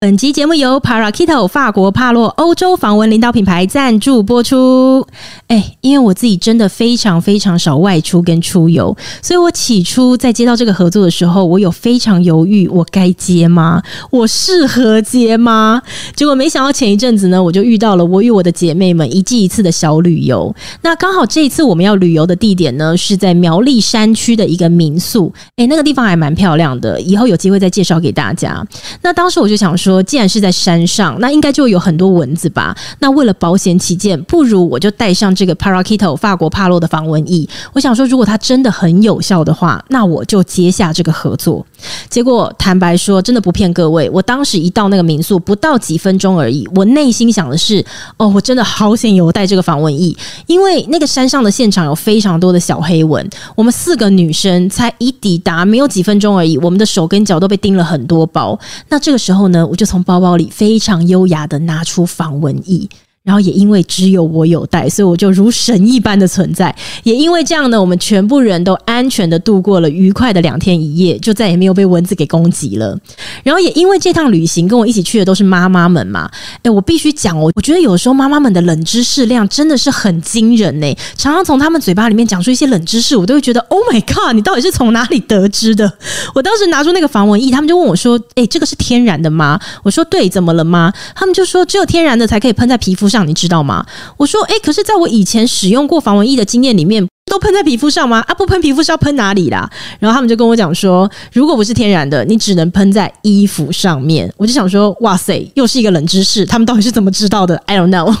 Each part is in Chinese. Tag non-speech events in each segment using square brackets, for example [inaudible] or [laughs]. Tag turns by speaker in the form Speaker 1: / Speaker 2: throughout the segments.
Speaker 1: 本集节目由 Parakito 法国帕洛欧洲防蚊领导品牌赞助播出。哎，因为我自己真的非常非常少外出跟出游，所以我起初在接到这个合作的时候，我有非常犹豫，我该接吗？我适合接吗？结果没想到前一阵子呢，我就遇到了我与我的姐妹们一季一次的小旅游。那刚好这一次我们要旅游的地点呢，是在苗栗山区的一个民宿。哎，那个地方还蛮漂亮的，以后有机会再介绍给大家。那当时我就想说，既然是在山上，那应该就有很多蚊子吧。那为了保险起见，不如我就带上这个 Parakito 法国帕洛的防蚊液。我想说，如果它真的很有效的话，那我就接下这个合作。结果坦白说，真的不骗各位，我当时一到那个民宿，不到几分钟而已，我内心想的是，哦，我真的好险有带这个防蚊液，因为那个山上的现场有非常多的小黑蚊，我们四个女生才一抵达没有几分钟而已，我们的手跟脚都被叮了很多包。那这个时候呢，我就从包包里非常优雅的拿出防蚊液。然后也因为只有我有带，所以我就如神一般的存在。也因为这样呢，我们全部人都安全的度过了愉快的两天一夜，就再也没有被蚊子给攻击了。然后也因为这趟旅行跟我一起去的都是妈妈们嘛，诶，我必须讲哦，我觉得有时候妈妈们的冷知识量真的是很惊人呢、常常从他们嘴巴里面讲出一些冷知识，我都会觉得 Oh my God，你到底是从哪里得知的？我当时拿出那个防蚊液，他们就问我说：“诶，这个是天然的吗？”我说：“对，怎么了吗？”他们就说：“只有天然的才可以喷在皮肤上，你知道吗？”我说：“诶，可是在我以前使用过防蚊液的经验里面。”都喷在皮肤上吗？啊，不喷皮肤是要喷哪里啦？然后他们就跟我讲说，如果不是天然的，你只能喷在衣服上面。我就想说，哇塞，又是一个冷知识，他们到底是怎么知道的？I don't know。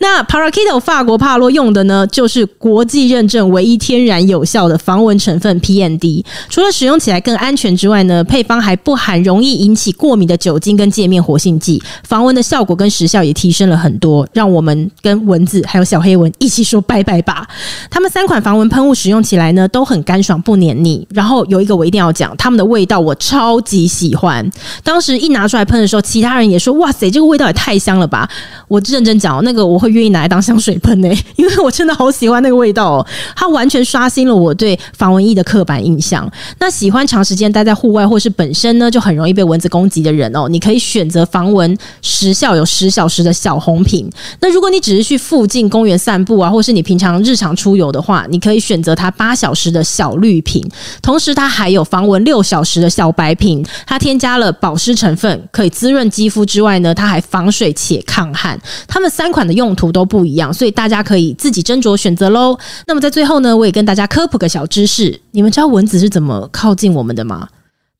Speaker 1: 那 [laughs] Parakito 法国帕洛用的呢，就是国际认证唯一天然有效的防蚊成分 PND。除了使用起来更安全之外呢，配方还不含容易引起过敏的酒精跟界面活性剂，防蚊的效果跟时效也提升了很多，让我们跟蚊子还有小黑蚊一起说拜拜吧。他们三款防蚊喷雾使用起来呢都很干爽不黏腻，然后有一个我一定要讲，他们的味道我超级喜欢。当时一拿出来喷的时候，其他人也说：“哇塞，这个味道也太香了吧！”我认真讲哦，那个我会愿意拿来当香水喷呢、 [laughs] 因为我真的好喜欢那个味道哦。它完全刷新了我对防蚊液的刻板印象。那喜欢长时间待在户外或是本身呢就很容易被蚊子攻击的人哦，你可以选择防蚊时效有十小时的小红瓶。那如果你只是去附近公园散步啊，或是你平常日常出游的话，你可以选择它八小时的小绿瓶。同时，它还有防蚊六小时的小白瓶，它添加了保湿成分，可以滋润肌肤之外呢，它还防水且抗汗。它们三款的用途都不一样，所以大家可以自己斟酌选择喽。那么在最后呢，我也跟大家科普个小知识：你们知道蚊子是怎么靠近我们的吗？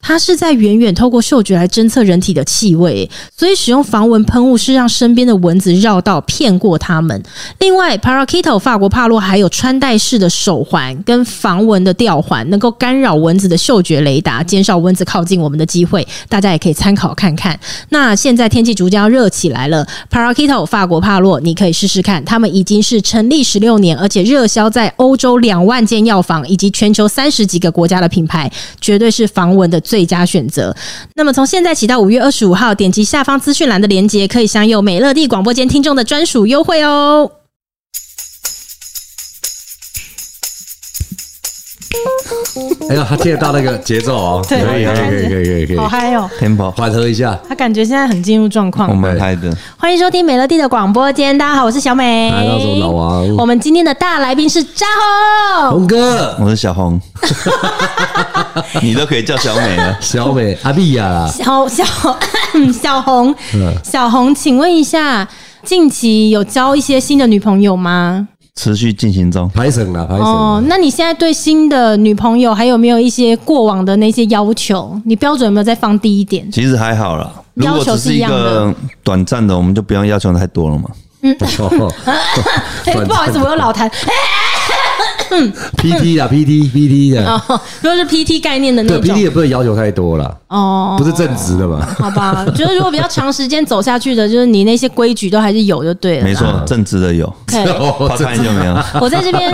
Speaker 1: 它是在远远透过嗅觉来侦测人体的气味，所以使用防蚊喷雾是让身边的蚊子绕道骗过它们。另外，Parakito 法国帕洛还有穿戴式的手环跟防蚊的吊环，能够干扰蚊子的嗅觉雷达，减少蚊子靠近我们的机会。大家也可以参考看看。那现在天气逐渐要热起来了，Parakito 法国帕洛，你可以试试看。他们已经是成立十六年，而且热销在欧洲两万间药房以及全球三十几个国家的品牌，绝对是防蚊的最佳选择。那么从现在起到五月二十五号，点击下方资讯栏的链接，可以享有美乐蒂广播间听众的专属优惠哦。
Speaker 2: 哎呀，他听得到那个节奏哦，
Speaker 1: [laughs]
Speaker 2: 可
Speaker 1: 对
Speaker 2: 以
Speaker 3: 好
Speaker 2: 可以可以可以可以可以，
Speaker 1: 好嗨哦！
Speaker 3: Tempo，
Speaker 2: 缓和一下。
Speaker 1: 他感觉现在很进入状
Speaker 3: 我
Speaker 1: 况。
Speaker 3: 们拍的，
Speaker 1: 欢迎收听美乐蒂的广播间，大家好，我是小美，
Speaker 2: 来，到时候老啊
Speaker 1: 我
Speaker 2: 王，
Speaker 1: 们今天的大来宾是扎红，
Speaker 2: 红哥，
Speaker 3: 我是
Speaker 1: [laughs]
Speaker 3: 小红，你都可以叫小美了。
Speaker 1: [laughs]
Speaker 2: 小美，阿碧呀啦，
Speaker 1: 小小嗯小红，小红，请问一下，近期有交一些新的女朋友吗？
Speaker 3: 持续进行中，
Speaker 2: 排省啦，排省
Speaker 1: 哦
Speaker 2: 啦。，
Speaker 1: 那你现在对新的女朋友还有没有一些过往的那些要求？你标准有没有再放低一点？
Speaker 3: 其实还好啦。如
Speaker 1: 要
Speaker 3: 果
Speaker 1: 求
Speaker 3: 只
Speaker 1: 是
Speaker 3: 是
Speaker 1: 一
Speaker 3: 一
Speaker 1: 样的
Speaker 3: 个短暂的，我们就不用要求太多了嘛。
Speaker 2: 哦
Speaker 1: 嗯 [laughs] 哎、不好意思，我又老痰。
Speaker 2: ，PT 啦，PT PT 的，
Speaker 1: 哦，如果是 PT 概念的那
Speaker 2: 对，PT
Speaker 1: 种，
Speaker 2: 也不能要求太多啦，
Speaker 1: 哦，
Speaker 2: 不是正直的嘛。
Speaker 1: 好吧，就是如果比较长时间走下去的，就是你那些规矩都还是有就对了。啊
Speaker 3: 没错，正直的有，
Speaker 1: 对，
Speaker 2: [laughs] 哦
Speaker 3: 怕看就没有。
Speaker 1: 我在这边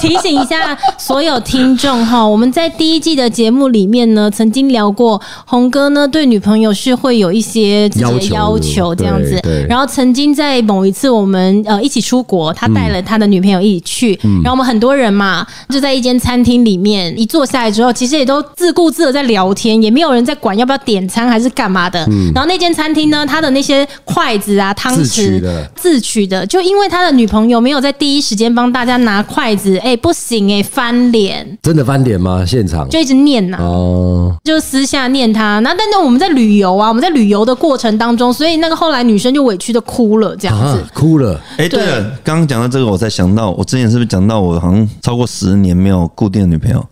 Speaker 1: 提醒一下所有听众哈，我们在第一季的节目里面呢，曾经聊过红哥呢对女朋友是会有一些自己的要
Speaker 2: 要求
Speaker 1: 求这样子
Speaker 2: 对对，嗯
Speaker 1: 然后曾经在某一次我们呃一起出国，他带了他的女朋友一起去，然后我们很很多人嘛，就在一间餐厅里面，一坐下来之后，其实也都自顾自的在聊天，也没有人在管要不要点餐还是干嘛的。然后那间餐厅呢，它的那些筷子啊、汤匙
Speaker 2: 嗯自取的
Speaker 1: 自取的，就因为他的女朋友没有在第一时间帮大家拿筷子，哎、不行哎、翻脸，
Speaker 2: 真的翻脸吗？现场
Speaker 1: 就一直念呐、
Speaker 2: 哦，
Speaker 1: 就私下念他。那但是我们在旅游啊，我们在旅游的过程当中，所以那个后来女生就委屈的哭了，这样子。
Speaker 2: 啊，哭了，
Speaker 3: 哎、对了，刚刚讲到这个，我才想到，我之前是不是讲到我好像超过十年没有固定的女朋友？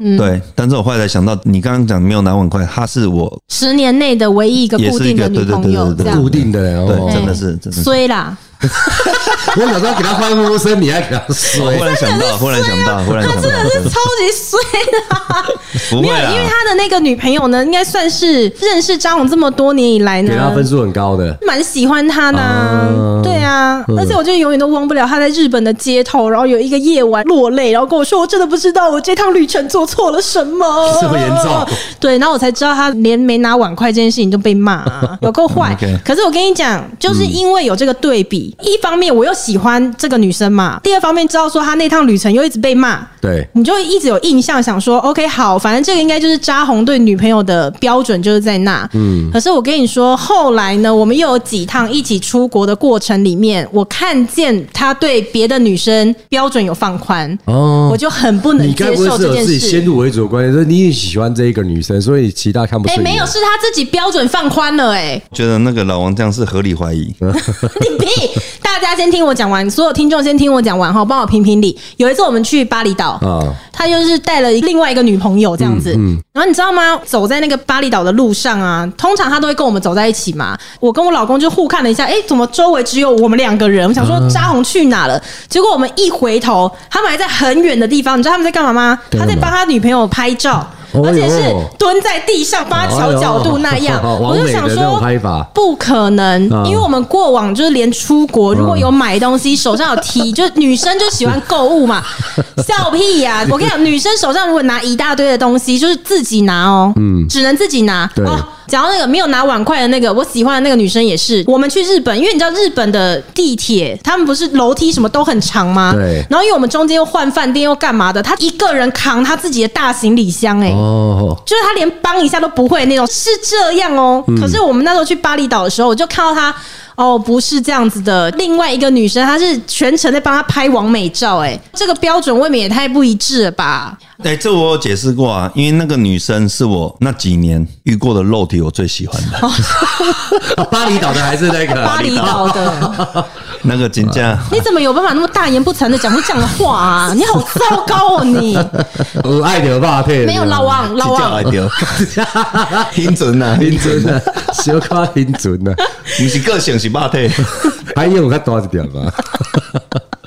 Speaker 1: 嗯，
Speaker 3: 对，但是我后来才想到，你刚刚讲没有拿碗筷，她是我
Speaker 1: 十年内的唯一一个固定的女朋友，
Speaker 3: 也是一个对对对对对
Speaker 1: 这样
Speaker 2: 固定的
Speaker 3: 对
Speaker 2: 哦。
Speaker 3: 真的
Speaker 1: 哎
Speaker 3: 是真的是
Speaker 1: 衰
Speaker 3: [laughs]
Speaker 1: 啦。
Speaker 2: 我想说给他欢呼声，你还给他
Speaker 3: 我
Speaker 2: 摔
Speaker 3: 忽，然想到，忽然想
Speaker 1: 啊
Speaker 3: 到，忽然想到，
Speaker 1: 是超级衰啦，
Speaker 3: [laughs] 不
Speaker 1: 没
Speaker 3: 会
Speaker 1: 有，
Speaker 3: 啦
Speaker 1: 因为他的那个女朋友呢，应该算是认识张勇这么多年以来
Speaker 2: 给他
Speaker 1: 呢，
Speaker 2: 分数很高的。
Speaker 1: 蛮喜欢他的啊、
Speaker 2: 哦
Speaker 1: 对啊，而且我就永远都忘不了他在日本的街头，然后有一个夜晚落泪，然后跟我说：“我真的不知道我这趟旅程做错了什么。”
Speaker 2: 这么严重？
Speaker 1: [laughs] 对，然后我才知道他连没拿碗筷这件事情都被骂、啊，有够坏
Speaker 3: OK。
Speaker 1: 可是我跟你讲，就是因为有这个对比，一方面我又喜欢这个女生嘛，第二方面知道说她那趟旅程又一直被骂，
Speaker 2: 对，
Speaker 1: 你就一直有印象，想说 OK 好，反正这个应该就是扎红对女朋友的标准就是在那。嗯，可是我跟你说，后来呢，我们又有几趟一起出国的过程里面，我看见他对别的女生标准有放宽，
Speaker 2: 哦
Speaker 1: 我就很不能
Speaker 2: 你该
Speaker 1: 接
Speaker 2: 不会
Speaker 1: 受
Speaker 2: 是
Speaker 1: 这
Speaker 2: 有
Speaker 1: 件
Speaker 2: 自己
Speaker 1: 事。
Speaker 2: 先入为主的观念，说你也喜欢这一个女生，所以其他看不
Speaker 1: 哎、
Speaker 2: 顺眼。
Speaker 1: 没有，是他自己标准放宽了、
Speaker 2: [laughs]
Speaker 1: 哎，
Speaker 3: 觉得那个老王这样是合理怀疑。
Speaker 1: 你屁！大家先听我讲完，所有听众先听我讲完哈，帮我评评理。有一次我们去巴厘岛，
Speaker 2: 啊，
Speaker 1: 他就是带了另外一个女朋友这样子。
Speaker 2: 嗯
Speaker 1: 然后你知道吗？走在那个巴厘岛的路上啊，通常他都会跟我们走在一起嘛。我跟我老公就互看了一下，哎、怎么周围只有我们两个人？我想说
Speaker 2: 嗯
Speaker 1: 扎红去哪了？结果我们一回头，他们还在很远的地方。你知道他们在干嘛吗？
Speaker 2: 在
Speaker 1: 他
Speaker 2: 干嘛
Speaker 1: 在帮他女朋友拍照。
Speaker 2: 哦
Speaker 1: 而且是
Speaker 2: 哟
Speaker 1: 蹲在地上，八桥角度那
Speaker 2: [laughs]
Speaker 1: 样，
Speaker 2: 哎呦
Speaker 1: 我就想
Speaker 2: 完美的那
Speaker 1: 说
Speaker 2: 种拍法
Speaker 1: 不可能，
Speaker 2: 嗯
Speaker 1: 因为我们过往就是连出国如果有买东西，手上有
Speaker 2: [laughs]
Speaker 1: 提，就是女生就喜欢购物嘛，笑屁呀、我跟你讲，女生手上如果拿一大堆的东西，就是自己拿哦，嗯，只能自己拿
Speaker 2: 对
Speaker 1: 哦。讲到那个没有拿碗筷的那个，我喜欢的那个女生也是。我们去日本，因为你知道日本的地铁，他们不是楼梯什么都很长吗？
Speaker 2: 对
Speaker 1: 然后因为我们中间又换饭店又干嘛的，她一个人扛她自己的大行李箱、欸，哎、
Speaker 2: 哦，
Speaker 1: 就是他连帮一下都不会那种，是这样哦。可是我们那时候去巴厘岛的时候，我就看到他，哦，不是这样子的。另外一个女生，她是全程在帮他拍完美照、哎，这个标准未免也太不一致了吧？
Speaker 3: 哎、这我有解释过啊，因为那个女生是我那几年遇过的肉体我最喜欢
Speaker 1: [laughs]
Speaker 3: 的，
Speaker 2: 啊巴厘岛的还是那个
Speaker 1: 巴厘岛的，
Speaker 3: 那个金价。
Speaker 1: 你怎么有办法那么大言不惭的讲出这样的话啊？你好糟糕哦， [laughs] 你
Speaker 2: 我哦爱的啊吧？对，
Speaker 1: 没有老王，老啊
Speaker 3: 这叫来
Speaker 1: 王。
Speaker 3: 丢， [laughs] 听准啊，
Speaker 2: 平准啊，小夸平准
Speaker 1: [laughs]
Speaker 2: 啊，
Speaker 3: 不是个性是肉体。
Speaker 2: 还有较大一点吧？
Speaker 1: [laughs]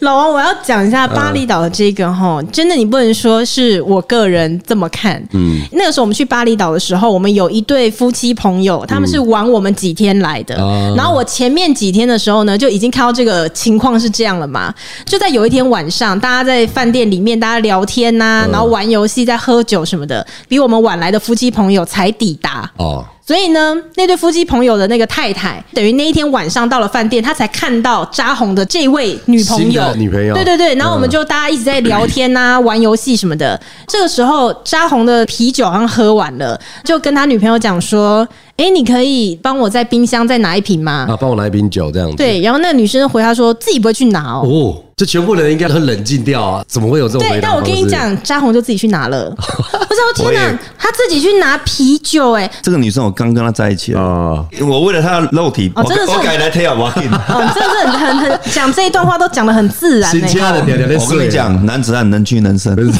Speaker 1: 老王，我要讲一下巴厘岛的这个哈，真的你不能说是我个人这么看。嗯，那个时候我们去巴厘岛的时候，我们有一对夫妻朋友，他们是玩我们几天来的。
Speaker 2: 啊
Speaker 1: 然后我前面几天的时候呢，就已经看到这个情况是这样了嘛。就在有一天晚上，大家在饭店里面，大家聊天呐、然后玩游戏，在喝酒什么的，比我们晚来的夫妻朋友才抵达。
Speaker 2: 哦，
Speaker 1: 所以呢，那对夫妻朋友的那个太太，等于那一天晚上到了饭店，她才看到扎红的这位女朋
Speaker 2: 新
Speaker 1: 友
Speaker 2: 的，女朋友嗯
Speaker 1: 对对对，然后我们就大家一直在聊天呐、玩游戏什么的。这个时候，扎红的啤酒好像喝完了，就跟他女朋友讲说：“哎、你可以帮我在冰箱再拿一瓶吗？”
Speaker 2: 啊，帮我来一瓶酒这样子。，
Speaker 1: 对，然后那个女生回他说：“自己不会去拿哦。
Speaker 2: 哦，这全部人应该很冷静掉啊，怎么会有这种
Speaker 1: 对
Speaker 2: 回，答
Speaker 1: 但我
Speaker 2: 方式？
Speaker 1: 跟你讲，扎红就自己去拿了。我想，
Speaker 2: [laughs]
Speaker 1: 天
Speaker 3: 我
Speaker 1: 哪
Speaker 3: 也，
Speaker 1: 他自己去拿啤酒、哎，
Speaker 3: 这个女生我刚跟她在一起了，
Speaker 2: 啊，
Speaker 3: 我为了她的肉体，
Speaker 1: 哦
Speaker 3: 我
Speaker 1: 真的是
Speaker 3: 我改来跳我
Speaker 1: [laughs]
Speaker 3: 跟你
Speaker 1: 哦，你真的是很很很讲这一段话都讲的很自然、
Speaker 2: 新
Speaker 1: 哎。
Speaker 2: 家的聊聊天，
Speaker 3: 我跟你讲，男子汉能屈能伸，
Speaker 1: [laughs]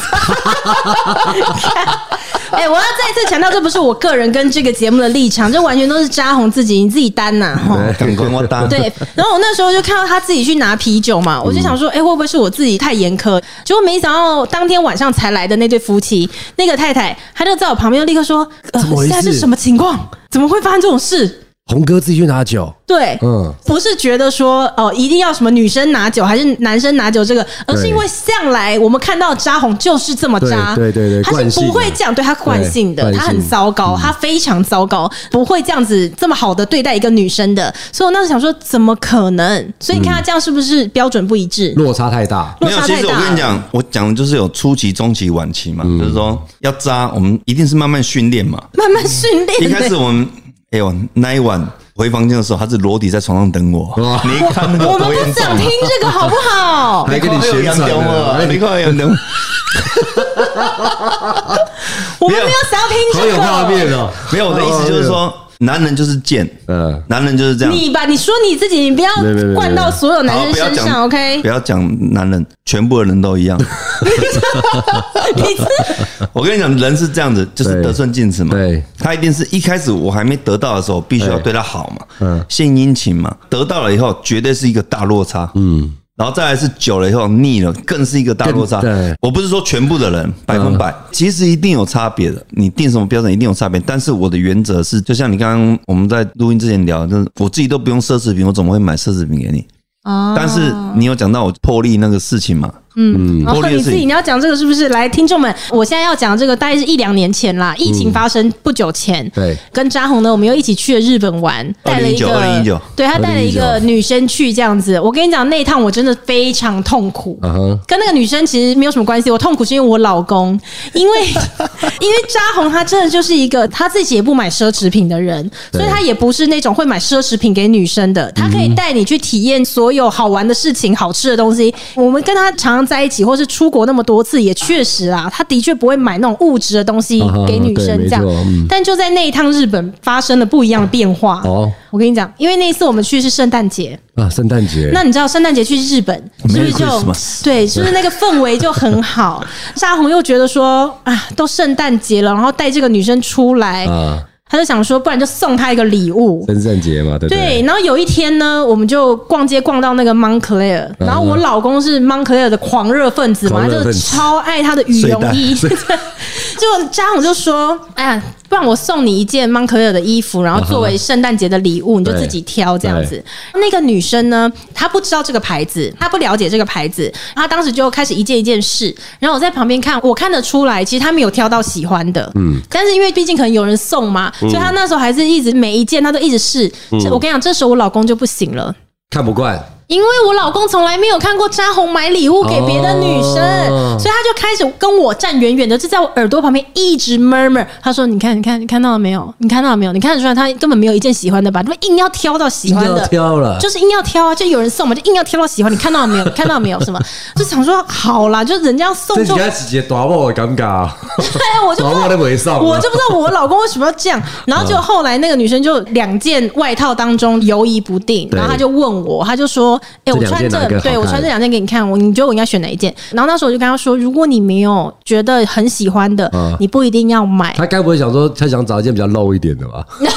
Speaker 1: 哎、我要再一次强调，这不是我个人跟这个节目的立场，这完全都是扎红自己，你自己担呐、哈。
Speaker 3: 赶快 [laughs] 我搭。
Speaker 1: 对，然后我那时候就看到他自己去拿啤酒嘛，我就想
Speaker 2: 嗯
Speaker 1: 说，哎、会不会是我自己太严苛？结果没想到当天晚上才来的那对夫妻，那个太太，她就在我旁边就立刻说：“呃
Speaker 2: 怎么，回
Speaker 1: 现
Speaker 2: 事
Speaker 1: 在是什么情况？怎么会发生这种事？”
Speaker 2: 红哥自己去拿酒，
Speaker 1: 对，
Speaker 2: 嗯，
Speaker 1: 不是觉得说哦，一定要什么女生拿酒还是男生拿酒这个，而是因为向来我们看到扎红就是这么扎，
Speaker 2: 对对对对
Speaker 1: 他是
Speaker 2: 惯性
Speaker 1: 不
Speaker 2: 的
Speaker 1: 会这样，对他惯性的，
Speaker 2: 对惯性嗯
Speaker 1: 他很糟糕，他非常糟糕，不会这样子这么好的对待一个女生的，所以我那时想说，怎么可能？所以你看他这样是不是标准不一致？
Speaker 2: 落差太大，
Speaker 1: 落
Speaker 3: 没有，
Speaker 1: 差
Speaker 3: 其
Speaker 1: 太
Speaker 3: 实
Speaker 1: 大
Speaker 3: 我跟你讲，我讲的就是有初期、中期、晚期嘛，
Speaker 1: 嗯
Speaker 3: 就是说要扎，我们一定是慢慢训练嘛。
Speaker 1: 慢慢训练、
Speaker 3: [laughs] 一开始我们，哎呦，那一晚回房间的时候，他是裸体在床上等我，你看那
Speaker 1: [laughs]
Speaker 3: 个
Speaker 1: 我们
Speaker 3: 多严
Speaker 1: 不
Speaker 3: 重
Speaker 1: 想听
Speaker 3: 啊！
Speaker 1: 这个好不
Speaker 2: [laughs]
Speaker 1: 好？
Speaker 2: 还给你
Speaker 3: 有
Speaker 2: 旋
Speaker 3: 杨
Speaker 2: 转
Speaker 3: 雕啊，
Speaker 2: 了，
Speaker 3: 你看有等，
Speaker 1: 我们没有想要听
Speaker 2: 好
Speaker 1: 这
Speaker 2: 有画面
Speaker 1: 个。
Speaker 2: 哦。
Speaker 3: 没有我的意思就是说，男人就是贱，
Speaker 2: 嗯
Speaker 3: 男人就是这样。
Speaker 1: 你吧，你说你自己，你不要
Speaker 2: 没有没有没有
Speaker 1: 灌到所有男
Speaker 3: 好
Speaker 1: 生
Speaker 3: 不要
Speaker 1: 身
Speaker 3: 讲
Speaker 1: 上，OK？
Speaker 3: 不要讲男人，全部的人都一样。
Speaker 1: [laughs] 你这
Speaker 3: [laughs] 我跟你讲，人是这样子，就是
Speaker 2: 对
Speaker 3: 得寸进尺嘛。
Speaker 2: 对，
Speaker 3: 他一定是一开始我还没得到的时候，必须要对他好嘛，
Speaker 2: 嗯
Speaker 3: 献殷勤嘛。得到了以后，绝对是一个大落差，嗯。然后再来是久了以后腻了，更是一个大落差
Speaker 2: 更对。嗯
Speaker 3: 我不是说全部的人百分百，其实一定有差别的。你定什么标准一定有差别，但是我的原则是，就像你刚刚我们在录音之前聊，就是我自己都不用奢侈品，我怎么会买奢侈品给你？
Speaker 1: 哦
Speaker 3: 但是你有讲到我破例那个事情嘛？
Speaker 1: 然后
Speaker 3: 玻璃的
Speaker 1: 你自
Speaker 3: 事
Speaker 1: 己
Speaker 3: 情
Speaker 1: 你要讲这个是不是？来，听众们，我现在要讲这个大概是一两年前啦，疫情发生不久前，
Speaker 2: 对，哦
Speaker 1: 跟扎红呢，我们又一起去了日本玩，带了一个，
Speaker 3: 2019
Speaker 1: 对他带了一个女生去这样子。我跟你讲，那一趟我真的非常痛苦。
Speaker 2: 嗯哼，
Speaker 1: 跟那个女生其实没有什么关系，我痛苦是因为我老
Speaker 2: [laughs]
Speaker 1: 公，因为 [laughs] 因为扎红他真的就是一个他自己也不买奢侈品的人，所
Speaker 2: 对
Speaker 1: 以他也不是那种会买奢侈品给女生的，他可以带你去体验所有好玩的事情、好吃的东西。我们跟他常常在一起，或是出国那么多次，也确实啊，他的确不会买那种物质的东西
Speaker 2: 啊哈
Speaker 1: 给女生
Speaker 2: 对没
Speaker 1: 这样
Speaker 2: 错嗯。
Speaker 1: 但就在那一趟日本发生了不一样的变化。
Speaker 2: 哦
Speaker 1: 我跟你讲，因为那一次我们去是圣诞节，
Speaker 2: 啊，圣诞节，
Speaker 1: 那你知道圣诞节去日本是不是
Speaker 3: Merry
Speaker 1: 就
Speaker 3: Christmas
Speaker 1: 对，是不是那个氛围就很好？沙红又觉得说啊，都圣诞节了，然后带这个女生出来，
Speaker 2: 啊，
Speaker 1: 他就想说，不然就送她一个礼物。
Speaker 2: 圣诞节嘛，对不
Speaker 1: 对，
Speaker 2: 对？
Speaker 1: 然后有一天呢，我们就逛街逛到那个 Montclair，然后我老公是 Montclair 的狂热分子嘛，
Speaker 2: 嗯狂
Speaker 1: 他
Speaker 2: 热
Speaker 1: 就
Speaker 2: 分
Speaker 1: 是
Speaker 2: 子
Speaker 1: 超爱他的羽绒衣。 [laughs] 就张红就说：“哎呀，不然我送你一件 Montclair 的衣服，然后
Speaker 2: 啊
Speaker 1: 作为圣诞节的礼物，你就自己挑这样子。”那个女生呢，她不知道这个牌子，她不了解这个牌子，她当时就开始一件一件试。然后我在旁边看，我看得出来，其实她没有挑到喜欢的，嗯，但是因为毕竟可能有人送嘛，
Speaker 2: 嗯
Speaker 1: 所以她那时候还是一直每一件她都一直试。这我跟你讲，这时候我老公就不行了。
Speaker 2: 看不惯，
Speaker 1: 因为我老公从来没有看过扎红买礼物给别的女生，
Speaker 2: 哦
Speaker 1: 所以他就开始跟我站远远的，就在我耳朵旁边一直 murmur。他说：“你看，你看，你看到了没有？你看到了没有？你看得出来他根本没有一件喜欢的吧？他们硬要挑到喜
Speaker 2: 硬
Speaker 1: 欢
Speaker 2: 要
Speaker 1: 的。”
Speaker 2: 挑了，
Speaker 1: 就是硬要挑啊，就有人送嘛，就硬要挑到喜欢。你看到了没有？你看到了没有？什么？ [laughs] 就想说好啦，就人家送
Speaker 2: 这
Speaker 1: 就
Speaker 2: [laughs] 几家姐姐大爆的尴尬，
Speaker 1: 对啊，我就不知道
Speaker 2: 老公都不嗯会送
Speaker 1: 我就不知道我老公为什么要这样。然后就后来那个女生就两件外套当中犹疑不定，
Speaker 2: 对
Speaker 1: 然后她就问我，她就说：“哎、我穿
Speaker 2: 这两件哪一
Speaker 1: 这，
Speaker 2: 个
Speaker 1: 对
Speaker 2: 好看
Speaker 1: 我穿这两件给你看，我你觉得我应该选哪一件？”然后那时候我就跟她说：“如果你没有觉得很喜欢的，
Speaker 2: 嗯
Speaker 1: 你不一定要买。”
Speaker 2: 他该不会想说他想找一件比较露一点的
Speaker 1: [laughs]
Speaker 2: 吧？
Speaker 1: 那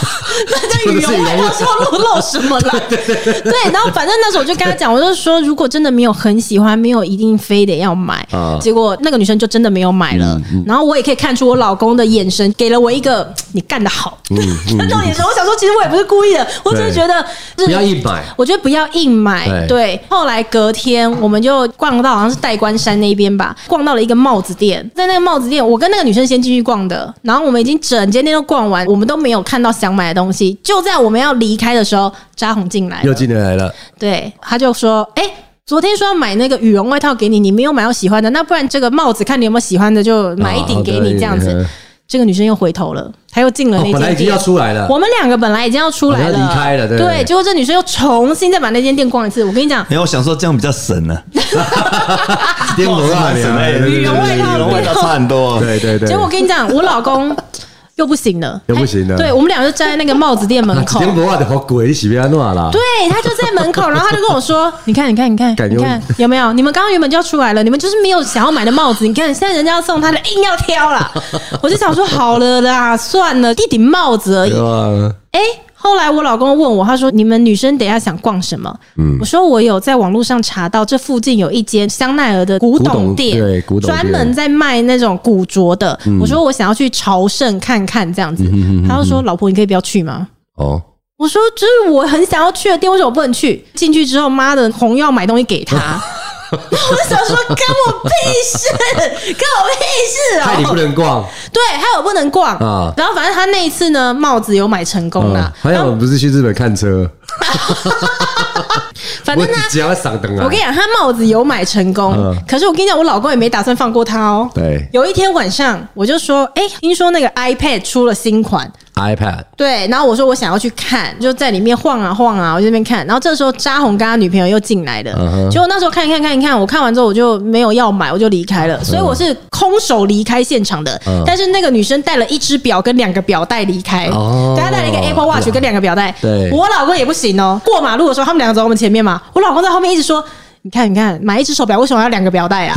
Speaker 1: 羽
Speaker 2: 真的是
Speaker 1: 绒外套是要露
Speaker 2: [laughs]
Speaker 1: 露什么啦？ [laughs] 对，然后反正那时候我就跟她讲，我就说如果真的没有很喜欢，没有一定非得要买。
Speaker 2: 啊嗯
Speaker 1: 结果那个女生就真的没有买了。然后我也可以看出我老公的眼神给了我一个你干得好
Speaker 2: 嗯
Speaker 1: 那种眼神。我想说，其实我也不是故意的，我只是觉得
Speaker 2: 不要硬买
Speaker 1: 我觉得不要硬买。
Speaker 2: 对
Speaker 1: 对，后来隔天我们就逛到好像是代官山那边吧，逛到了一个帽子店，在那个帽子店，我跟那个女生先进去逛的，然后我们已经整间店都逛完，我们都没有看到想买的东西。就在我们要离开的时候，扎红进来了
Speaker 2: 又进来了，
Speaker 1: 对，他就说：“哎、昨天说要买那个羽绒外套给你，你没有买到喜欢的，那不然这个帽子看你有没有喜欢的，就买一顶给你这样子。
Speaker 2: 哦
Speaker 1: 这个女生又回头了，她又进了那
Speaker 2: 哦
Speaker 1: 间店。
Speaker 2: 本来已经要出来了哦
Speaker 1: 我们两个本来已经要出来了，
Speaker 2: 好像离开了对
Speaker 1: 结果这女生又重新再把那间店逛一次。我跟你
Speaker 3: [laughs]
Speaker 1: 讲，
Speaker 3: 没哎有，我想说这样比较
Speaker 2: [laughs]
Speaker 3: 省呢、啊。
Speaker 2: 颠簸啊，
Speaker 3: 省哎
Speaker 1: 羽绒外套
Speaker 3: 羽绒外套差很多。啊
Speaker 2: 对对对，
Speaker 1: 结果我跟你讲，我老公又不行了，
Speaker 2: 又不行了
Speaker 1: 哎对我们俩就站在那个帽子店
Speaker 2: [laughs]
Speaker 1: 门口。
Speaker 2: 颠簸啊，好鬼，你是要安怎啦？
Speaker 1: 对，他就在门口，然后他就跟我说：“ [laughs] 你看，你看，你看，
Speaker 2: 感觉
Speaker 1: 你看有没有？你们刚刚原本就要出来了，你们就是没有想要买的帽子。你看现在人家要送他的，硬要挑
Speaker 2: [laughs]
Speaker 1: 啦。我就想说，好了啦，算了，一顶帽子而已。
Speaker 2: 啊，
Speaker 1: 哎、后来我老公问我，他说：“你们女生等一下想逛什么？”
Speaker 2: 嗯
Speaker 1: 我说：“我有在网络上查到，这附近有一间香奈儿的古
Speaker 2: 古
Speaker 1: 董
Speaker 2: 董
Speaker 1: 店，
Speaker 2: 对古董店
Speaker 1: 专
Speaker 2: 嗯
Speaker 1: 门在卖那种古着的。
Speaker 2: 嗯
Speaker 1: 我说：“我想要去朝圣看看这样子。他就说：“老婆，你可以不要去吗？”
Speaker 2: 哦，
Speaker 1: 我说，就是我很想要去的店，为什么不能去？进去之后，妈的，红要买东西给
Speaker 2: [laughs]
Speaker 1: 他。我想说，干我屁事，干我屁事啊、
Speaker 2: 害你不能逛
Speaker 1: 对，还有不能逛
Speaker 2: 啊
Speaker 1: 然后反正他那一次呢，帽子有买成功啦
Speaker 2: 啊！。还有，我们不是去日本看车，
Speaker 1: 反
Speaker 2: 嗯我
Speaker 1: 正他，
Speaker 2: 只要上灯啊。
Speaker 1: 我跟你讲，他帽子有买成功。
Speaker 2: 嗯
Speaker 1: 可是我跟你讲，我老公也没打算放过他哦。
Speaker 2: 对
Speaker 1: 有一天晚上，我就说，哎、听说那个 iPad 出了新款，
Speaker 2: iPad
Speaker 1: 对，然后我说我想要去看，就在里面晃啊晃啊，我就在那边看。然后这时候扎红跟他女朋友又进来了，
Speaker 2: 嗯哼
Speaker 1: 结果那时候看一看看一看，我看完之后我就没有要买，我就离开了，所以我是空手离开现场的。
Speaker 2: 嗯
Speaker 1: 但是那个女生带了一只表跟两个表带离开，
Speaker 2: 哦
Speaker 1: 对她带了一个 Apple Watch 跟两个表带。
Speaker 2: 对
Speaker 1: 我老公也不行哦，过马路的时候他们两个走我们前面嘛，我老公在后面一直说。你看，你看，买一只手表为什么要两个表带啊？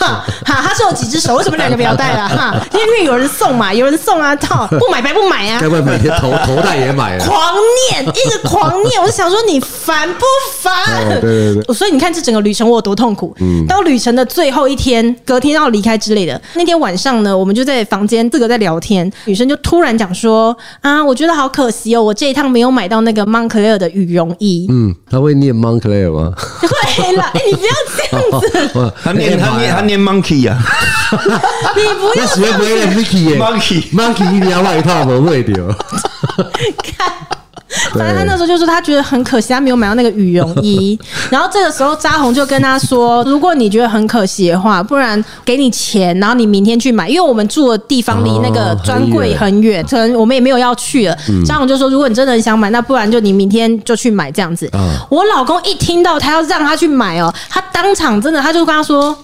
Speaker 1: 哈，他是有几只手，为什么两个表带啊？哈，因为因为有人送嘛，有人送啊，操，不买白不买啊！
Speaker 2: 该不会每
Speaker 1: [laughs]
Speaker 2: 天头头带也买了？
Speaker 1: 狂
Speaker 2: [laughs]
Speaker 1: 念，一直狂念。我就想说你烦不烦？
Speaker 2: 哦对对嗯
Speaker 1: 对。 [laughs] 所以你看这整个旅程我有多痛苦。到旅程的最后一天，隔天要离开之类的，那天晚上呢，我们就在房间这个在聊天，女生就突然讲说：“啊，我觉得好可惜哦，我这一趟没有买到那个 Moncler 的羽绒
Speaker 2: [laughs]
Speaker 1: 衣。
Speaker 2: 嗯，他会念 Moncler 吗？
Speaker 1: 会了，哎你不要
Speaker 2: [laughs]
Speaker 1: 这样子，
Speaker 2: 啊
Speaker 3: 他
Speaker 2: 哎
Speaker 3: 念他念他
Speaker 2: 他
Speaker 3: 念 monkey 呀、啊、
Speaker 1: 你不
Speaker 2: 那
Speaker 1: 要
Speaker 2: 时候不会念 Mickey 耶
Speaker 3: ，monkey。
Speaker 2: ，Monkey 一定要外套不会 [laughs] 丢。
Speaker 1: 看。反正他那时候就说他觉得很可惜，他没有买到那个羽绒
Speaker 2: [laughs]
Speaker 1: 衣。然后这个时候扎红就跟他说：“如果你觉得很可惜的话，不然给你钱，然后你明天去买。因为我们住的地方离那个
Speaker 2: 哦嗯
Speaker 1: 专柜很远，可能我们也没有要去了。”扎红就说：“如果你真的很想买，那不然就你明天就去买这样子。
Speaker 2: 嗯”
Speaker 1: 我老公一听到他要让他去买哦，他当场真的他就跟他说。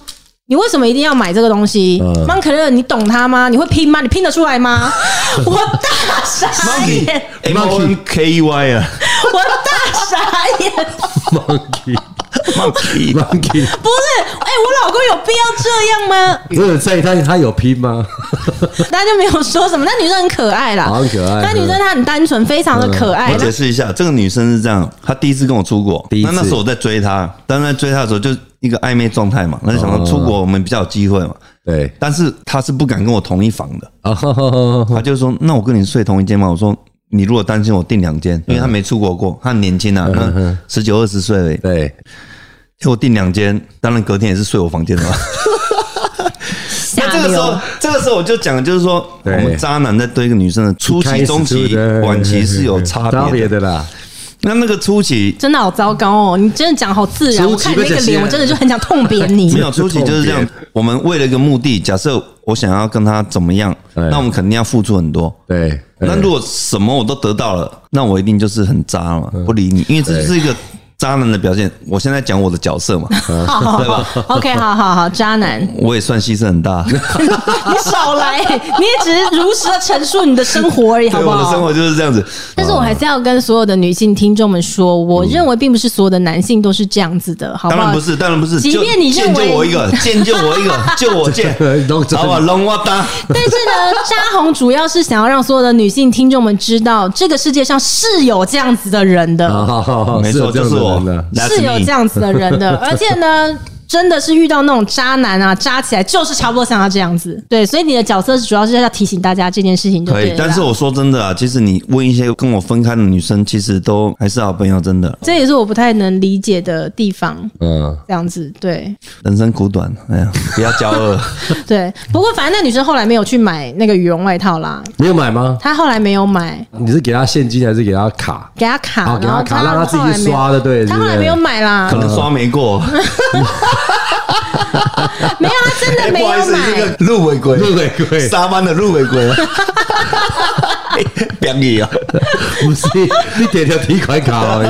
Speaker 1: 你为什么一定要买这个东西
Speaker 2: 嗯
Speaker 1: 曼可乐，你懂它吗？你会拼吗？你拼得出来
Speaker 2: [laughs]
Speaker 1: 吗？我大傻
Speaker 3: [laughs] Monkey
Speaker 1: 眼，
Speaker 3: M O N K E Y 啊
Speaker 1: 我大傻眼，
Speaker 2: Monkey
Speaker 3: [laughs] ，Monkey
Speaker 2: Monkey，
Speaker 1: 不是，哎、我老公有必要这样吗？
Speaker 2: 真的在意他他有拼吗？
Speaker 1: 大家就没有说什么。那女生很可爱啦，
Speaker 2: 好很可爱
Speaker 1: 那女生她很单纯，非常的可爱
Speaker 3: 我。解释一下，这个女生是这样，她第一次跟我出国，
Speaker 2: 第一次
Speaker 3: 那那时候我在追她，但在追她的时候就一个暧昧状态嘛，那就想说
Speaker 2: 哦
Speaker 3: 出国我们比较有机会嘛，
Speaker 2: 对
Speaker 3: 但是她是不敢跟我同一房的，
Speaker 2: 哦， [laughs]
Speaker 3: 她就说那我跟你睡同一间嘛，我说。你如果担心我订两间，因为她没出国过，她很年轻啊，
Speaker 2: 嗯
Speaker 3: 那十九二十岁而已。
Speaker 2: 对，
Speaker 3: 结果订两间，当然隔天也是睡我房
Speaker 1: [laughs]
Speaker 3: 间的嘛。
Speaker 1: 下
Speaker 3: 那这个时候
Speaker 1: 流，
Speaker 3: 这个时候我就讲，就是说，我
Speaker 2: 对
Speaker 3: 们渣男在对一个女生的初期、中期、晚期是有差别的。
Speaker 2: 的啦。
Speaker 3: 那那个初期
Speaker 1: 真的好糟糕哦！你真的讲好自然，
Speaker 2: 初级
Speaker 1: 我看你那个
Speaker 2: 不是
Speaker 1: 脸，我真的就很想痛扁你
Speaker 3: [laughs] 没。有初期就是这样
Speaker 2: 这个，
Speaker 3: 我们为了一个目的，假设我想要跟他怎么样，
Speaker 2: 对
Speaker 3: 那我们肯定要付出很多。
Speaker 2: 对，
Speaker 3: 那如果什么我都得到了，那我一定就是很渣了嘛，不理你，因为这就是一个渣男的表现。我现在讲我的角色嘛，
Speaker 1: 好好好，OK，好好好，渣男，
Speaker 3: 我也算牺牲很大，
Speaker 1: 你少
Speaker 3: [laughs]
Speaker 1: 来，你也只是如实的陈述你的生活而已，好
Speaker 3: 对
Speaker 1: 不
Speaker 3: 我的生
Speaker 1: 好？
Speaker 3: 活就是这样子。
Speaker 1: 但是我还是要跟所有的女性听众们说，我认为并不是所有的男性都是这样子的，好不
Speaker 3: 嗯当
Speaker 1: 好？
Speaker 3: 然不是，当然不是。
Speaker 1: 即
Speaker 3: 就
Speaker 1: 便你认
Speaker 3: 见
Speaker 1: 为
Speaker 3: 就我
Speaker 1: [laughs]
Speaker 3: 一个，见就我一个，就我
Speaker 2: [laughs]
Speaker 3: 见
Speaker 2: 弄，真
Speaker 3: 好吧，龙我打。
Speaker 1: 但是呢，扎红主要是想要让所有的女性听众们知道，这个世界上是有这样子的人的，
Speaker 2: 哦 [laughs]
Speaker 3: 没错，就是我，That's
Speaker 1: 是有
Speaker 3: me
Speaker 1: 这样子的人的，而且呢。真的是遇到那种渣男啊，渣起来就是差不多像他这样子，对，所以你的角色是主要是要提醒大家这件事情就
Speaker 3: 可
Speaker 1: 对
Speaker 3: 以
Speaker 1: 了。。
Speaker 3: 但是我说真的啊，其实你问一些跟我分开的女生，其实都还是好朋友，真的。
Speaker 1: 这也是我不太能理解的地方，
Speaker 2: 嗯，
Speaker 1: 这样子，对
Speaker 3: 人生苦短，哎呀，不要骄傲。
Speaker 1: [laughs] 对。不过反正那女生后来没有去买那个羽绒外套啦，
Speaker 2: 你有买吗？
Speaker 1: 她后来没有买，
Speaker 2: 你是给他现金还是给他卡？
Speaker 1: 给她卡，
Speaker 2: 哦给她
Speaker 1: 然后
Speaker 2: 卡
Speaker 1: 她
Speaker 2: 让她自己去
Speaker 1: 后来没有
Speaker 2: 刷的对
Speaker 1: 她
Speaker 2: 是不
Speaker 1: 后
Speaker 2: 是
Speaker 1: 来没有买啦
Speaker 3: 可，能刷
Speaker 1: [laughs]
Speaker 3: 没过，
Speaker 1: 没有，她真的
Speaker 3: 哎
Speaker 1: 没
Speaker 2: [laughs]
Speaker 3: 不
Speaker 1: 有
Speaker 3: 好意思，
Speaker 1: 买
Speaker 3: 这。个入尾鬼，
Speaker 2: 入尾鬼
Speaker 3: 沙湾的入尾
Speaker 1: [laughs]
Speaker 3: 鬼， [laughs] 表你啊！
Speaker 2: 不是，你点条提款卡而
Speaker 3: [laughs]
Speaker 2: 已。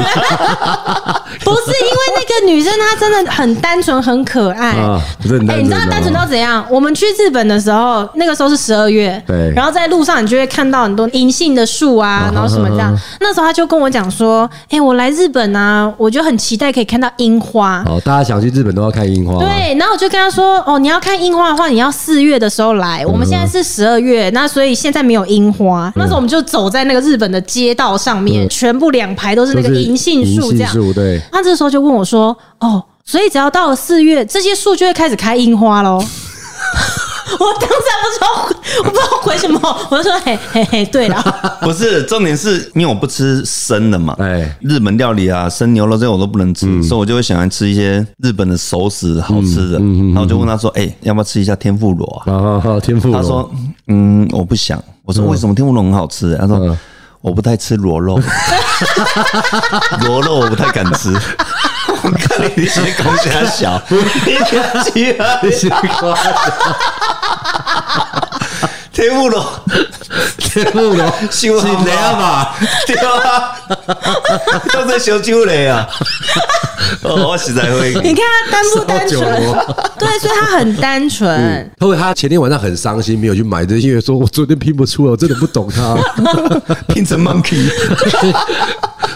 Speaker 1: 不是因为那个女生她真的很单纯很可爱
Speaker 2: 啊真的很单纯
Speaker 1: 哎你知道她单纯到怎样？我们去日本的时候，那个时候是十二月，
Speaker 2: 对
Speaker 1: 然后在路上你就会看到很多银杏的树啊，然后什么这样。那时候她就跟我讲说：“哎、我来日本啊，我就很期待可以看到樱花。”
Speaker 2: 好，大家想去日本都要看樱花。
Speaker 1: 对，然后我就跟他说：“哦，你要看樱花的话，你要四月的时候来。我们现在是十二月，那所以现在没有樱花。那时候我们就走在那个日本的街道上面，
Speaker 2: 嗯
Speaker 1: 全部两排都是那个
Speaker 2: 都是
Speaker 1: 银杏树，这
Speaker 2: 银杏
Speaker 1: 样。
Speaker 2: 树对
Speaker 1: 他这时候就问我说：‘哦，所以只要到了四月，这些树就会开始开樱花喽。’ [laughs] 我当下不知道，我不知道回什么，我就说嘿嘿嘿，对 [laughs] 了，
Speaker 3: [laughs] 不是，重点是因为我不吃生的嘛，
Speaker 2: 哎嗯
Speaker 3: 日本料理啊，生牛肉这些我都不能吃，所以我就会想来吃一些日本的熟食好吃的。
Speaker 2: 嗯
Speaker 3: 然后我就问他说：“哎、要不要吃一下天妇罗啊？”
Speaker 2: 好好好，天赋。
Speaker 3: 他说：“嗯，我不想。”我说：“为什么天妇罗很好吃？”啊他
Speaker 2: 嗯
Speaker 3: 说：“我不太吃
Speaker 2: [laughs]
Speaker 3: 螺肉，螺肉我不太敢吃。”我看你先讲起
Speaker 2: [laughs]
Speaker 3: 来小，你讲起来
Speaker 2: 你是瓜
Speaker 3: 天妇罗，
Speaker 2: 天赋咯，
Speaker 3: 修好
Speaker 2: 是这样吧？
Speaker 3: [laughs] 对啊，都在小酒类啊。哦，我实在会。
Speaker 1: 你看他单不单纯
Speaker 2: 烧酒窝？
Speaker 1: [laughs] 对，所以他很单纯。
Speaker 2: 因为他前天晚上很伤心，没有去买的，因为说我昨天拼不出来，我真的不懂他。 [laughs]
Speaker 3: 拼成 monkey，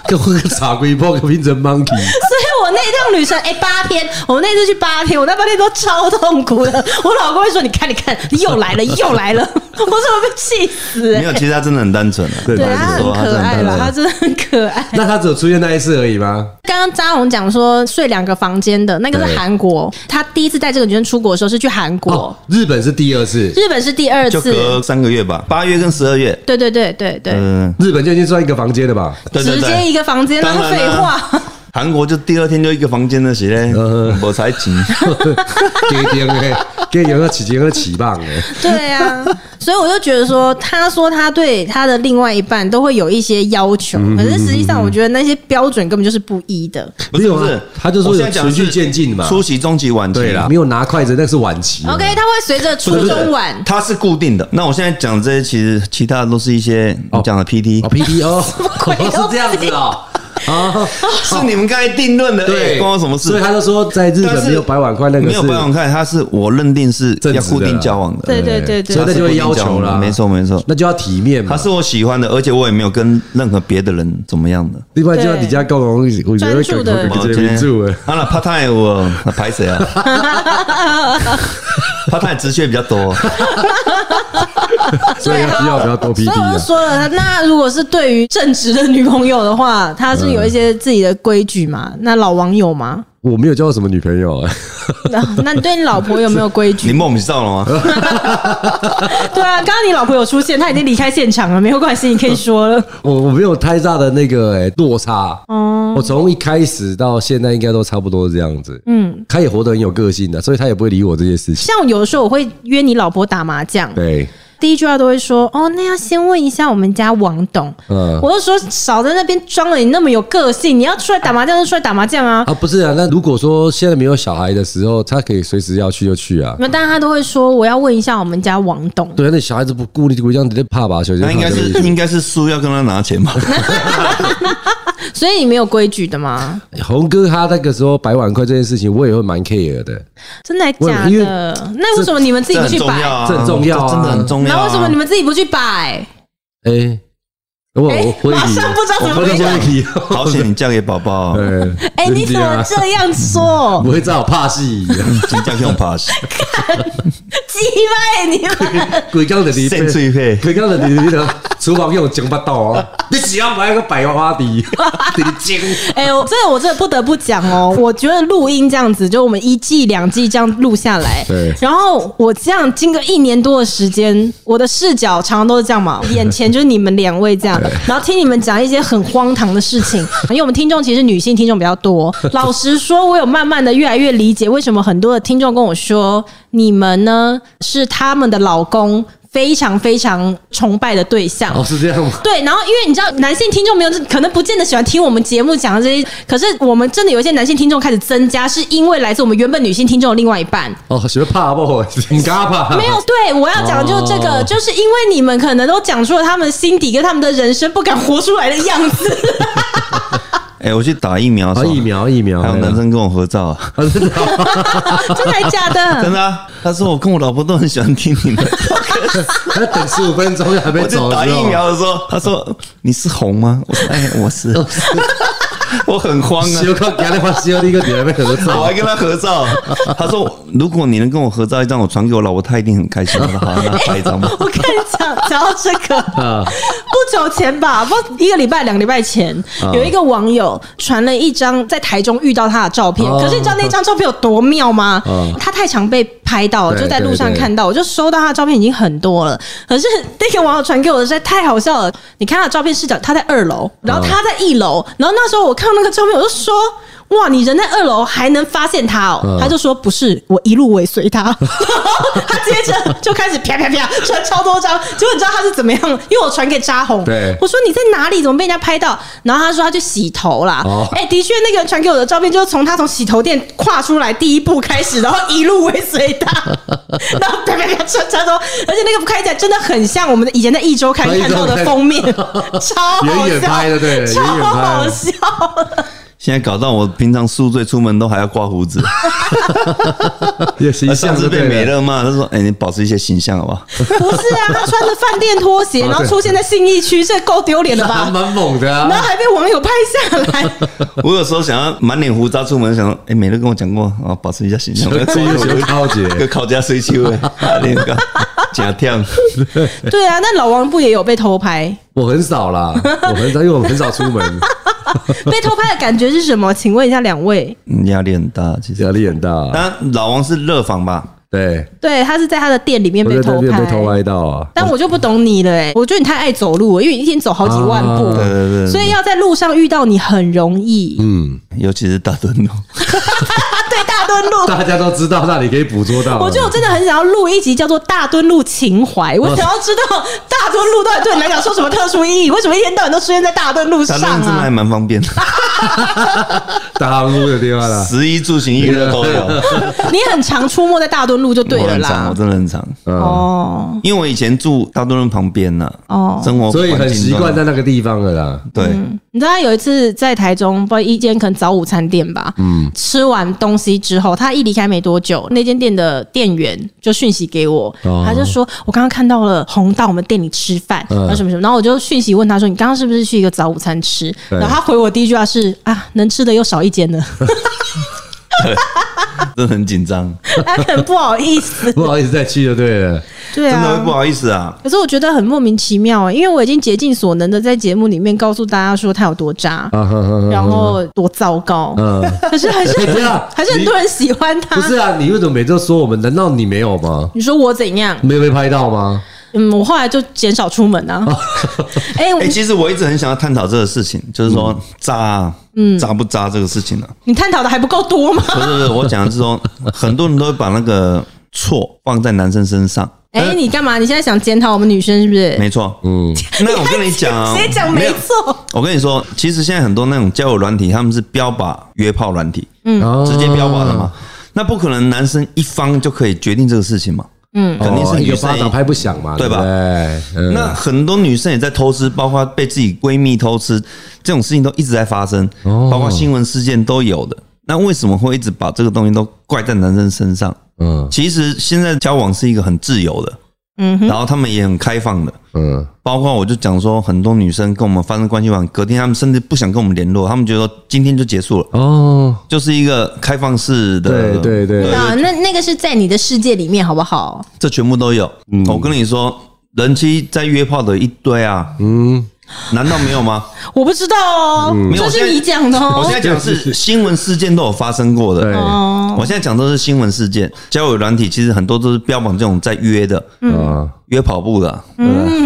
Speaker 2: 跟我茶龟泡个拼成 monkey，
Speaker 1: 所以我那一趟旅程，哎、八天，我们那次去八天，我那八天都超痛苦的。我老公会说：“你看，你看，你又来了，又来了。” [laughs] 我怎么被气死、欸
Speaker 3: 没有，其实他真的很单纯啊。
Speaker 2: 对
Speaker 1: 对
Speaker 2: 他
Speaker 1: 他
Speaker 2: 很
Speaker 1: 很可爱了，他真的很可爱。
Speaker 2: 那他只有出现那一次而已吗？
Speaker 1: 刚刚扎红讲说睡两个房间的那个
Speaker 2: 对
Speaker 1: 是韩国，他第一次带这个女生出国的时候是去韩国，
Speaker 2: 哦，日本是第二次，
Speaker 1: 日本是第二
Speaker 3: 就
Speaker 1: 次。
Speaker 3: 隔三个月吧，八月跟十二月。
Speaker 1: 对对对对对，
Speaker 3: 嗯，
Speaker 2: 日本就已经算一个房间了吧？
Speaker 3: 对对
Speaker 1: 直接
Speaker 3: 对
Speaker 1: 一。个房间，
Speaker 3: 当
Speaker 1: 那
Speaker 3: 然
Speaker 1: 废
Speaker 3: 啦
Speaker 1: 话。
Speaker 3: [laughs] 韩国就第二天就一个房间那些嘞，我才急。
Speaker 2: 给点哎，给有个起，有个起棒哎，
Speaker 1: 对啊，所以我就觉得说，他说他对他的另外一半都会有一些要求，
Speaker 3: 嗯
Speaker 1: 可是实际上我觉得那些标准根本就是不一的。
Speaker 3: 不是
Speaker 2: 没有啊
Speaker 3: 不是，
Speaker 2: 他就说
Speaker 3: 我现在
Speaker 2: 有
Speaker 3: 讲的是
Speaker 2: 循序渐进嘛
Speaker 3: 初期、中期、晚期
Speaker 2: 对啦，没有拿筷子，那是晚期。
Speaker 3: 嗯
Speaker 1: OK，他会随着初中晚，
Speaker 3: 它是固定的。那我现在讲这些，其实其他的都是一些
Speaker 2: 哦
Speaker 3: 你讲的 PT，
Speaker 2: 哦，P
Speaker 1: [laughs]
Speaker 2: P 哦，
Speaker 1: 鬼东西
Speaker 2: 是这样子哦，啊，
Speaker 3: 是你们刚才定论的，
Speaker 2: 对，
Speaker 3: 哎关我什么事
Speaker 2: 所以？他就说，在日
Speaker 3: 但
Speaker 2: 本
Speaker 3: 是
Speaker 2: 没有白碗筷，那个
Speaker 3: 没有
Speaker 2: 是
Speaker 3: 白碗筷，它是我认定是
Speaker 2: 正直的
Speaker 3: 要
Speaker 2: 啦
Speaker 3: 固定交往的，
Speaker 1: 对对对
Speaker 2: 所
Speaker 1: 对
Speaker 2: 以那就会要求
Speaker 3: 了
Speaker 2: 啦。，
Speaker 3: 没错没错，
Speaker 2: 那就要体面嘛
Speaker 3: 他。是我喜欢的，而且我也没有跟任何别的人怎么样的。哦
Speaker 2: 另外就要你家共同，我觉得
Speaker 1: 专注的
Speaker 2: 跟这边住哎，
Speaker 3: 啊，那 part time 我那排
Speaker 1: [laughs]
Speaker 3: 谁啊？part time 职缺比较多，
Speaker 2: 所以要需要比较多 P
Speaker 1: 所
Speaker 2: P
Speaker 1: 以我
Speaker 2: 啊
Speaker 1: 就。说了，那如果是对于正直的女朋友的话，他是有一些自己的规矩嘛？那老王有吗？
Speaker 2: 我没有交过什么女朋友哎，
Speaker 1: [laughs] 那那你对你老婆有没有规
Speaker 3: 你
Speaker 1: 矩？
Speaker 3: 莫名其妙了
Speaker 2: 哦
Speaker 3: 吗？
Speaker 1: 对啊，刚刚你老婆有出现，她已经离开现场了，没有关系，你可以说了。
Speaker 2: 我我没有太大的那个哎落差。我从一开始到现在应该都差不多这样子。嗯，他也活得很有个性的，所以他也不会理我这些事情。
Speaker 1: 像有的时候我会约你老婆打麻将，
Speaker 2: 对，
Speaker 1: 第一句话都会说：“哦，那要先问一下我们家王董。”
Speaker 2: 嗯
Speaker 1: 我就说少在那边装了，你那么有个性，你要出来打麻将就出来打麻将啊。
Speaker 2: 啊，不是啊，那如果说现在没有小孩的时候，他可以随时要去就去啊。
Speaker 1: 那当然他都会说：“我要问一下我们家王董。
Speaker 2: 对啊，那小孩子不顾虑，顾虑这样直接怕吧，小孩子
Speaker 3: 那应该是
Speaker 2: 怕这个意
Speaker 3: 应该是输要跟他拿钱吧？
Speaker 1: 所以你没有规矩的吗？
Speaker 2: 思红哥他那个时候摆碗筷这件事情，我也会蛮 care 的，
Speaker 1: 真的还
Speaker 2: 我
Speaker 1: 假
Speaker 2: 因为
Speaker 1: 的？那为什么你们自己
Speaker 3: 这
Speaker 1: 不
Speaker 3: 很
Speaker 1: 去
Speaker 3: 重
Speaker 1: 摆？
Speaker 3: 要啊，
Speaker 2: 这很重要啊
Speaker 3: 这真的很重要
Speaker 1: 那
Speaker 3: 啊。
Speaker 1: 为什么你们自己不去摆？
Speaker 2: 哎、我我
Speaker 1: 哎
Speaker 2: 我会
Speaker 1: 马
Speaker 2: 提，
Speaker 1: 上不知道怎么
Speaker 2: 我会
Speaker 1: 回答
Speaker 2: 提，
Speaker 3: 好险你嫁给宝宝啊，
Speaker 2: 对，
Speaker 1: 哎、你怎么这样
Speaker 2: 啊不
Speaker 1: 说？
Speaker 2: 会照怕
Speaker 3: [laughs]
Speaker 2: 戏，
Speaker 3: 真嫁给我
Speaker 2: [laughs]
Speaker 3: pass，
Speaker 1: 鸡掰你们！
Speaker 2: 鬼刚的你，
Speaker 3: 肾最配。
Speaker 2: 鬼刚的你，你的厨房用讲不到哦，
Speaker 3: [laughs]
Speaker 2: 你只要买个百花底，你的精，
Speaker 1: [laughs] 哎、我真的我真的不得不讲哦，我觉得录音这样子，就我们一季两季这样录下来，
Speaker 2: 对
Speaker 1: 然后我这样经过一年多的时间，我的视角常常都是这样嘛，眼前就是你们两位这样，然后听你们讲一些很荒唐的事情，因为我们听众其实女性听众比较多。老实说，我有慢慢的越来越理解为什么很多的听众跟我说，你们呢是他们的老公。非常非常崇拜的对象，
Speaker 2: 哦是这样吗？
Speaker 1: 对，然后因为你知道，男性听众没有，可能不见得喜欢听我们节目讲的这些。可是我们真的有一些男性听众开始增加，是因为来自我们原本女性听众的另外一半。
Speaker 2: 哦，学怕不？你敢怕？
Speaker 1: 没有，对我要讲的就是这个，
Speaker 2: 哦
Speaker 1: 就是因为你们可能都讲出了他们心底跟他们的人生不敢活出来的样子。
Speaker 3: 哎，我去打疫苗的
Speaker 2: 啊，
Speaker 3: 时候，
Speaker 2: 疫苗疫苗，
Speaker 3: 还有男生跟我合照啊，
Speaker 2: 啊，真的 [laughs] 啊
Speaker 1: [laughs] 真的还假
Speaker 3: 真
Speaker 1: 的？
Speaker 3: 的啊。他说我跟我老婆都很喜欢听你的。
Speaker 2: 还等十五分钟还没
Speaker 3: 我在
Speaker 2: 走，
Speaker 3: 打疫苗的时候，他说你是红吗？我说哎，我是。我很慌啊
Speaker 2: 修，靠给他花修那个女人被合
Speaker 3: 我
Speaker 2: 照
Speaker 3: 还，跟他合照。他说：“如果你能跟我合照一张，我传给我老婆，她一定很开心。”我说：“好，那拍一张吧。
Speaker 1: [laughs] 我跟你讲，讲到这个，
Speaker 2: 啊
Speaker 1: 不久前吧，不一个礼拜、两个礼拜前，
Speaker 2: 啊
Speaker 1: 有一个网友传了一张在台中遇到他的照片。
Speaker 2: 哦
Speaker 1: 可是你知道那张照片有多妙吗
Speaker 2: 嗯？
Speaker 1: 他太常被拍到，
Speaker 2: 对
Speaker 1: 就在路上看到，我就收到他的照片已经很多了。可是 [laughs] 那个网友传给我的实在太好笑了。你看他的照片是讲他在二楼，然后他在一楼，
Speaker 2: 嗯
Speaker 1: 然后那时候我看到那个照片，我就说。哇，你人在二楼还能发现他哦？
Speaker 2: 嗯
Speaker 1: 他就说不是，我一路尾随
Speaker 2: [laughs]
Speaker 1: 他，他接着就开始啪啪啪传超多张，结果你知道他是怎么样？因为我传给扎红，
Speaker 2: 对
Speaker 1: 我说你在哪里？怎么被人家拍到？然后他说他去洗头啦。哎、
Speaker 2: 哦
Speaker 1: 的确，那个人传给我的照片就是从他从洗头店跨出来第一步开始，然后一路尾随
Speaker 2: [laughs]
Speaker 1: 他，然后啪啪啪传传说，而且那个看起来真的很像我们以前在一周刊看到的封面，超好笑，
Speaker 2: 远远拍的对
Speaker 1: 超
Speaker 2: 远远拍
Speaker 1: 好
Speaker 2: 的
Speaker 1: 笑。”
Speaker 3: 现在搞到我平常宿醉出门都还要刮胡子。
Speaker 2: 也形
Speaker 3: 上
Speaker 2: 象
Speaker 3: 次
Speaker 2: 就对
Speaker 3: 被
Speaker 2: 了
Speaker 3: 美乐骂，他说：“哎、你保持一些形象好不好
Speaker 1: 不是啊，他穿着饭店拖鞋，
Speaker 2: 哦
Speaker 1: 然后
Speaker 2: 对
Speaker 1: 出现在信义区，这够丢脸了吧
Speaker 2: [laughs] 还？蛮猛的
Speaker 1: 然
Speaker 2: 啊
Speaker 1: 后。还被网友拍下
Speaker 2: [laughs]
Speaker 1: 来，？”
Speaker 3: 我有时候想要满脸胡渣出门，想说：“哎、美乐跟我讲过啊，保持一下形象。”
Speaker 2: 这就学超姐，
Speaker 3: 个烤家水手的，啊那个假跳。
Speaker 1: 对啊，那老王不也有被偷拍？ [laughs]
Speaker 2: 我很少啦，我很少，因为我们很少出门，
Speaker 1: 被偷拍的感觉是什么？请问一下两位。
Speaker 3: 嗯压力很大，其实
Speaker 2: 压。力很大。啊
Speaker 3: 当然，老王是热访吧？
Speaker 2: 对，
Speaker 1: 对，他是在他的店里面
Speaker 2: 我
Speaker 1: 被
Speaker 2: 在
Speaker 1: 偷
Speaker 2: 那边
Speaker 1: 拍，
Speaker 2: 被偷拍到啊。
Speaker 1: 但我就不懂你了、欸，我觉得你太爱走路了，因为你一天走好几万步，
Speaker 2: 啊
Speaker 3: 对对
Speaker 1: 所
Speaker 3: 对，
Speaker 1: 以要在路上遇到你很容易。
Speaker 2: 嗯，
Speaker 3: 尤其是大墩哦路，
Speaker 1: 啊，对，大墩路。
Speaker 2: 大家都知道，那你可以捕捉到啊。
Speaker 1: 我觉得我真的很想要录一集叫做《大墩路情怀》，我想要知道大墩路到底对你来讲说什么特殊意义？为什么一天到晚都出现在大墩路
Speaker 3: [laughs] [laughs] 大
Speaker 1: 上
Speaker 3: 墩路真的还
Speaker 1: 啊？
Speaker 3: 蛮方便的，
Speaker 2: 大陆的地方
Speaker 3: [laughs]
Speaker 2: 啦。
Speaker 3: 十一住行娱乐都有。
Speaker 1: 你很常出没在大墩路就对
Speaker 3: 我
Speaker 1: 了
Speaker 3: 很长，
Speaker 1: 啦
Speaker 3: 我。真的很长，
Speaker 2: 嗯，
Speaker 1: 哦
Speaker 3: 因为我以前住大墩路旁边呢，
Speaker 1: 哦，
Speaker 3: 生活
Speaker 2: 嗯所以很
Speaker 3: 环境
Speaker 2: 习惯
Speaker 3: 都
Speaker 2: 在那个地方了啦。
Speaker 3: 对。
Speaker 1: 你知道他有一次在台中，不知道一间可能早午餐店吧，嗯，吃完东西之后，他一离开没多久，那间店的店员就讯息给我，
Speaker 2: 哦
Speaker 1: 他就说：“我刚刚看到了红到我们店里吃饭，
Speaker 2: 嗯
Speaker 1: 然后什么什么。”然后我就讯息问他说：“你刚刚是不是去一个早午餐吃？”
Speaker 2: 对
Speaker 1: 然后他回我第一句话是：“啊，能吃的又少一间了。
Speaker 3: 真的很紧张，”
Speaker 1: [laughs] 他哎很不好意思，
Speaker 2: 不好意思再去就对了。
Speaker 1: 对
Speaker 3: 真的
Speaker 1: 啊
Speaker 3: 会不。好意思啊。
Speaker 1: 可是我觉得很莫名其妙、欸，因为我已经竭尽所能的在节目里面告诉大家说他有多渣，
Speaker 2: 啊哈哈哈
Speaker 1: 然后多糟糕，
Speaker 2: 嗯，
Speaker 1: 可是还是
Speaker 2: 哎等一下
Speaker 1: 还是很
Speaker 2: 你
Speaker 1: 多人喜欢他。
Speaker 2: 不是啊，你为什么每次都说我们？难道你没有吗？
Speaker 1: 你说我怎样？
Speaker 2: 没有被拍到吗？
Speaker 1: 嗯，我后来就减少出门啊。 [laughs] 哎、我
Speaker 3: 哦哎、其实我一直很想要探讨这个事情，就是说渣啊，渣不渣这个事情呢、
Speaker 1: 你探讨的还不够多吗？
Speaker 3: 不是不是，我讲的是说，很多人都会把那个错放在男生身上，
Speaker 1: 哎、你干嘛？你现在想检讨我们女生是不是？
Speaker 3: 呃没错。
Speaker 2: 嗯，
Speaker 3: 那我跟你讲啊，
Speaker 1: [laughs] 谁讲
Speaker 3: 没
Speaker 1: 没
Speaker 3: 有
Speaker 1: 错？
Speaker 3: 我跟你说，其实现在很多那种交友软体，他们是标靶约炮软体，
Speaker 2: 嗯
Speaker 3: 直接标靶的嘛。那不可能，男生一方就可以决定这个事情嘛？
Speaker 1: 嗯
Speaker 2: 哦，
Speaker 3: 肯定是
Speaker 2: 一
Speaker 3: 女
Speaker 2: 个
Speaker 3: 生
Speaker 2: 巴掌拍不响嘛，
Speaker 3: 对
Speaker 2: 对
Speaker 3: 吧
Speaker 2: 不对？嗯
Speaker 3: 那很多女生也在偷吃，包括被自己闺蜜偷吃这种事情都一直在发生，
Speaker 2: 哦
Speaker 3: 包括新闻事件都有的。那为什么会一直把这个东西都怪在男生身上？
Speaker 2: 嗯
Speaker 3: 其实现在交往是一个很自由的，
Speaker 1: 嗯哼，
Speaker 3: 然后他们也很开放的。
Speaker 2: 嗯，
Speaker 3: 包括我就讲说，很多女生跟我们发生关系完，隔天他们甚至不想跟我们联络，他们觉得今天就结束了，
Speaker 2: 哦，
Speaker 3: 就是一个开放式的。
Speaker 2: 对对对，
Speaker 1: 啊，那那个是在你的世界里面好不好？
Speaker 3: 这全部都有。
Speaker 2: 嗯
Speaker 3: 哦我跟你说，人妻在约炮的一堆啊，
Speaker 2: 嗯，
Speaker 3: 难道没有吗？
Speaker 1: 我不知道哦，
Speaker 3: 嗯没有
Speaker 1: 这
Speaker 3: 我现
Speaker 1: 是
Speaker 3: 在
Speaker 1: 你讲的
Speaker 3: 我
Speaker 1: 哦
Speaker 3: 现。在讲的
Speaker 2: 是是
Speaker 3: 是新闻事件都有发生过
Speaker 2: 对
Speaker 3: 的。，
Speaker 1: 哦，
Speaker 3: 我现在讲都是新闻事件，交友软体其实很多都是标榜这种在约的，
Speaker 2: 啊，
Speaker 3: 约跑步的啊，
Speaker 2: 嗯
Speaker 3: [laughs]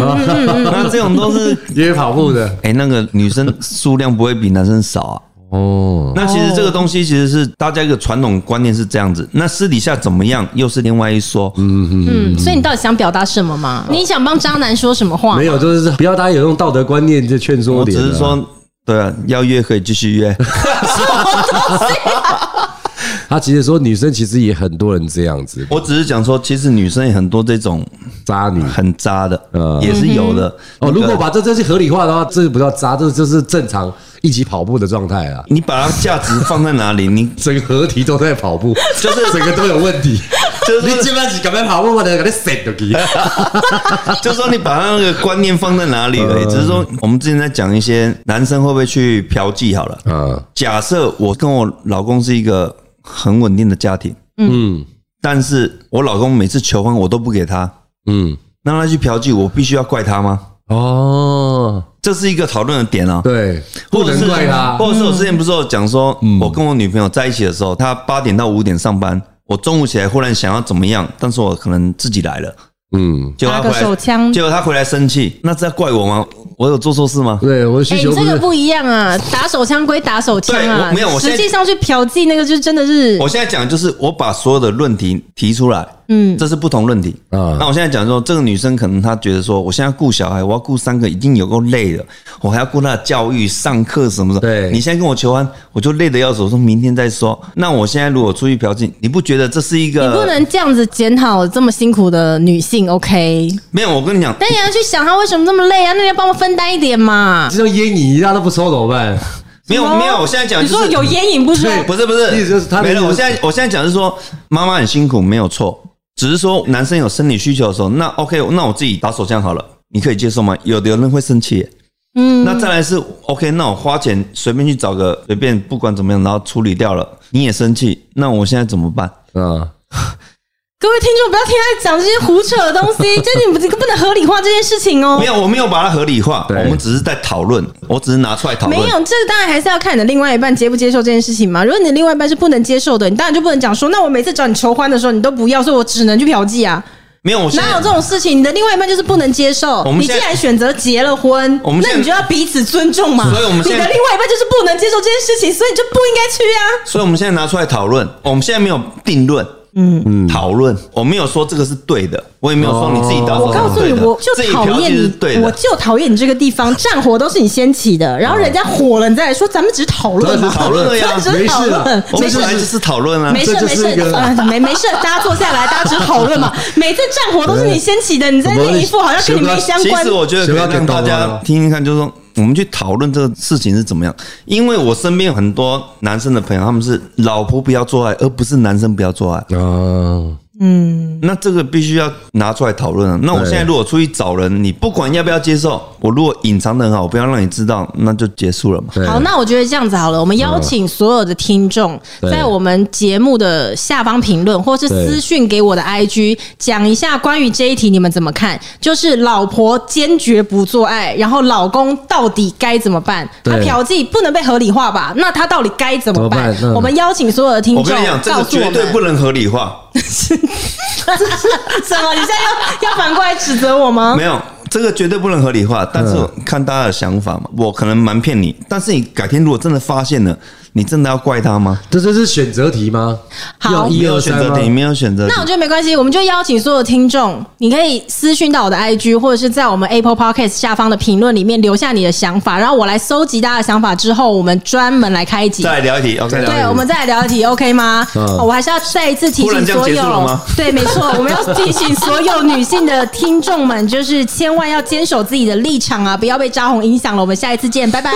Speaker 3: 那这种都是
Speaker 2: 约跑步的，
Speaker 3: 哎、那个女生数量不会比男生少啊。
Speaker 2: 哦，
Speaker 3: 那其实这个东西其实是大家一个传统观念是这样子，那私底下怎么样又是另外一说。
Speaker 1: 嗯，所以你到底想表达什么嘛？
Speaker 3: 哦
Speaker 1: 你想帮渣男说什么话？
Speaker 2: 没有，就是不要大家有用道德观念就劝说
Speaker 3: 我
Speaker 2: 你，
Speaker 3: 哦只是，说，对啊，要约可以继
Speaker 2: [laughs]
Speaker 3: 续约，
Speaker 2: 他其实说女生其实也很多人这样子，
Speaker 3: 我只是讲说，其实女生也很多这种
Speaker 2: 渣女。
Speaker 3: 很渣的
Speaker 2: 嗯，
Speaker 3: 也是有的。
Speaker 2: 哦，
Speaker 3: 那个
Speaker 2: 如果把这这是合理化的话，这不叫渣，这就是正常一起跑步的状态啊。
Speaker 3: 你把它价值放在哪里，你
Speaker 2: 整个合体都在跑步，
Speaker 3: 就是
Speaker 2: 整个都有问题。
Speaker 3: 就是
Speaker 2: 你基本是咁样跑步，我得给你塞到去。
Speaker 3: 就是说你把他那个观念放在哪里
Speaker 2: 嗯
Speaker 3: 了、只是说我们之前在讲一些男生会不会去嫖妓好了。
Speaker 2: 啊，
Speaker 3: 假设我跟我老公是一个很稳定的家庭，
Speaker 2: 嗯
Speaker 3: 但是我老公每次求婚我都不给他，
Speaker 2: 嗯，
Speaker 3: 让他去嫖妓，我必须要怪他吗？
Speaker 2: 哦，
Speaker 3: 这是一个讨论的点啊。
Speaker 2: 对，不能怪他嗯
Speaker 3: 或者是我之前不是有讲说，我跟我女朋友在一起的时候，她八点到五点上班，我中午起来忽然想要怎么样，但是我可能自己来了，
Speaker 2: 嗯，
Speaker 3: 结果她
Speaker 1: 打个
Speaker 3: 回
Speaker 1: 手
Speaker 3: 来，
Speaker 1: 枪，
Speaker 3: 结果她回来生气，那是在怪我吗？我有做错事吗？
Speaker 2: 对，我的
Speaker 1: 哎、
Speaker 2: 需求
Speaker 1: 你
Speaker 2: 不
Speaker 1: 这个
Speaker 2: [laughs] 是
Speaker 1: 不一样啊！打手枪归打手枪
Speaker 3: 对
Speaker 1: 啊，
Speaker 3: 我没有我现
Speaker 1: 实
Speaker 3: 在
Speaker 1: 际上去嫖妓那个就真的是
Speaker 3: [laughs] 我现在讲的就是我把所有的论题提出来，
Speaker 1: 嗯
Speaker 3: 这是不同论题。
Speaker 2: 啊
Speaker 3: 那我现在讲说，这个女生可能她觉得说，我现在顾小孩，我要顾三个，已经有够累了，我还要顾她的教育、上课什么的。
Speaker 2: 对
Speaker 3: 你现在跟我求婚，我就累得要死。我说明天再说。那我现在如果出去嫖妓，你不觉得这是一个？
Speaker 1: 你不能这样子检讨这么辛苦的女性，OK？
Speaker 3: 没有，我跟你讲，
Speaker 1: 但你要去想她为什么这么累啊？那你要帮我分担一点嘛。哦
Speaker 2: 就像烟瘾一大都不抽怎么办？
Speaker 3: 没有，没有。我现在讲
Speaker 1: 你
Speaker 3: 就
Speaker 1: 说
Speaker 3: 是，
Speaker 1: 有烟瘾不说，
Speaker 2: 对
Speaker 3: [laughs] 不是不
Speaker 2: 意
Speaker 3: 是，
Speaker 2: 思就是她的
Speaker 3: 没
Speaker 2: 意
Speaker 3: 了。
Speaker 2: 思
Speaker 3: 我
Speaker 2: 就是
Speaker 3: 现在我现在讲是说，妈妈很辛苦，没有错，只是说男生有生理需求的时候，那 OK，那我自己打手枪好了，你可以接受吗？有的人会生气耶。
Speaker 1: 嗯，
Speaker 3: 那再来是 OK，那我花钱随便去找个随便，不管怎么样，然后处理掉了，你也生气，那我现在怎么办？
Speaker 2: [laughs] [laughs] 啊，
Speaker 1: 各位听众不要听他讲这些胡扯的东西，就是你们不能合理化这件事情哦
Speaker 3: 没。有，我没有把它合理化，
Speaker 2: 对
Speaker 3: 我们只是在讨论，我只是拿出来讨
Speaker 1: 没
Speaker 3: 论。
Speaker 1: 有，这当然还是要看你的另外一半接不接受这件事情嘛。如果你的另外一半是不能接受的，你当然就不能讲说，那我每次找你求欢的时候你都不要，所以我只能去嫖妓啊。
Speaker 3: 没有，我现
Speaker 1: 哪有
Speaker 3: 在
Speaker 1: 这种事情？你的另外一半就是不能接受
Speaker 3: 我。们
Speaker 1: 你既
Speaker 3: 现在
Speaker 1: 然选择结了婚
Speaker 3: 我们，现
Speaker 1: 那
Speaker 3: 在
Speaker 1: 你就要彼此尊重嘛。
Speaker 3: 所以我们
Speaker 1: 你
Speaker 3: 现
Speaker 1: 的另
Speaker 3: 在
Speaker 1: 外一半就是不能接受这件事情，所以你就不应该去啊。
Speaker 3: 所以我们现在拿出来讨论，我们现在没有定论。嗯嗯，讨论，我没有说这个是对的，我也没有说你自己打手
Speaker 1: 我告
Speaker 3: 枪
Speaker 1: 诉
Speaker 3: 是对
Speaker 1: 你，
Speaker 3: 的，
Speaker 1: 哦我就
Speaker 3: 自己
Speaker 1: 讨
Speaker 3: 嫖
Speaker 1: 厌
Speaker 3: 妓是对
Speaker 1: 你，我
Speaker 3: 的。
Speaker 1: 就讨厌你这个地方，战火都是你掀起的。然后人家火了，你再来说，咱们只是讨论嘛，
Speaker 3: 讨
Speaker 1: [laughs]
Speaker 3: 论呀
Speaker 1: 咱们只是讨论，
Speaker 3: 我
Speaker 1: 没
Speaker 3: 们
Speaker 1: 事
Speaker 3: 本来就是讨论啊，
Speaker 1: 没事
Speaker 2: 这就是
Speaker 1: 没事
Speaker 2: 一，个
Speaker 1: 啊没没事，大家坐下来，大家只是讨论
Speaker 3: [laughs]
Speaker 1: 嘛。每次战火都是你掀起的，你在那一副好像跟你没相
Speaker 3: 其
Speaker 1: 关
Speaker 3: 实。我觉得可以让大家听听看，就是说我们去讨论这个事情是怎么样。因为我身边有很多男生的朋友，他们是老婆不要做爱，而不是男生不要做爱。
Speaker 1: 嗯
Speaker 2: 啊，
Speaker 3: 那这个必须要拿出来讨论啊。那我
Speaker 2: 对
Speaker 3: 现在如果出去找人，你不管要不要接受，我如果隐藏的很好，我不要让你知道，那就结束了嘛。
Speaker 2: 对，
Speaker 1: 好，那我觉得这样子好了，我们邀请所有的听众，
Speaker 2: 嗯
Speaker 1: 在我们节目的下方评论，或是私讯给我的 IG，讲一下关于这一题你们怎么看？就是老婆坚决不做爱，然后老公到底该怎么办？
Speaker 2: 对
Speaker 1: 他嫖妓不能被合理化吧？那他到底该怎么办？
Speaker 2: 怎么办嗯
Speaker 1: 我们邀请所有的听
Speaker 3: 我
Speaker 1: 众
Speaker 3: 跟你讲，这
Speaker 1: 告
Speaker 3: 个
Speaker 1: 诉我
Speaker 3: 绝
Speaker 1: 们，
Speaker 3: 对
Speaker 1: [laughs]
Speaker 3: 不能合理化，
Speaker 1: 什么？你现在要要 [laughs] 反过来指责我吗？
Speaker 3: 没有。这个绝对不能合理化，
Speaker 1: 嗯
Speaker 3: 但是我看大家的想法嘛，我可能瞒骗你，但是你改天如果真的发现了，你真的要怪他吗？
Speaker 2: 这这是选择题吗？
Speaker 1: 好
Speaker 2: 要一
Speaker 3: 没有
Speaker 2: 二
Speaker 3: 选
Speaker 2: 三
Speaker 3: 择
Speaker 2: 吗？
Speaker 3: 题，没有选择题。
Speaker 1: 那我觉得没关系，我们就邀请所有听众，你可以私讯到我的 IG，或者是在我们 Apple Podcast 下方的评论里面留下你的想法，然后我来搜集大家的想法之后，我们专门来开一集
Speaker 3: 再。来聊一题，OK？
Speaker 1: 对，我们再来聊一题，OK 吗？
Speaker 2: 嗯
Speaker 1: 哦我还是要再一次提
Speaker 3: 忽
Speaker 1: 醒
Speaker 3: 然这样
Speaker 1: 所
Speaker 3: 结束了
Speaker 1: 有
Speaker 3: 吗，
Speaker 1: 对，没错，我们要提醒所有女性的听众们，就是千万要坚守自己的立场啊，不要被扎红影响了。我们下一次见，拜拜。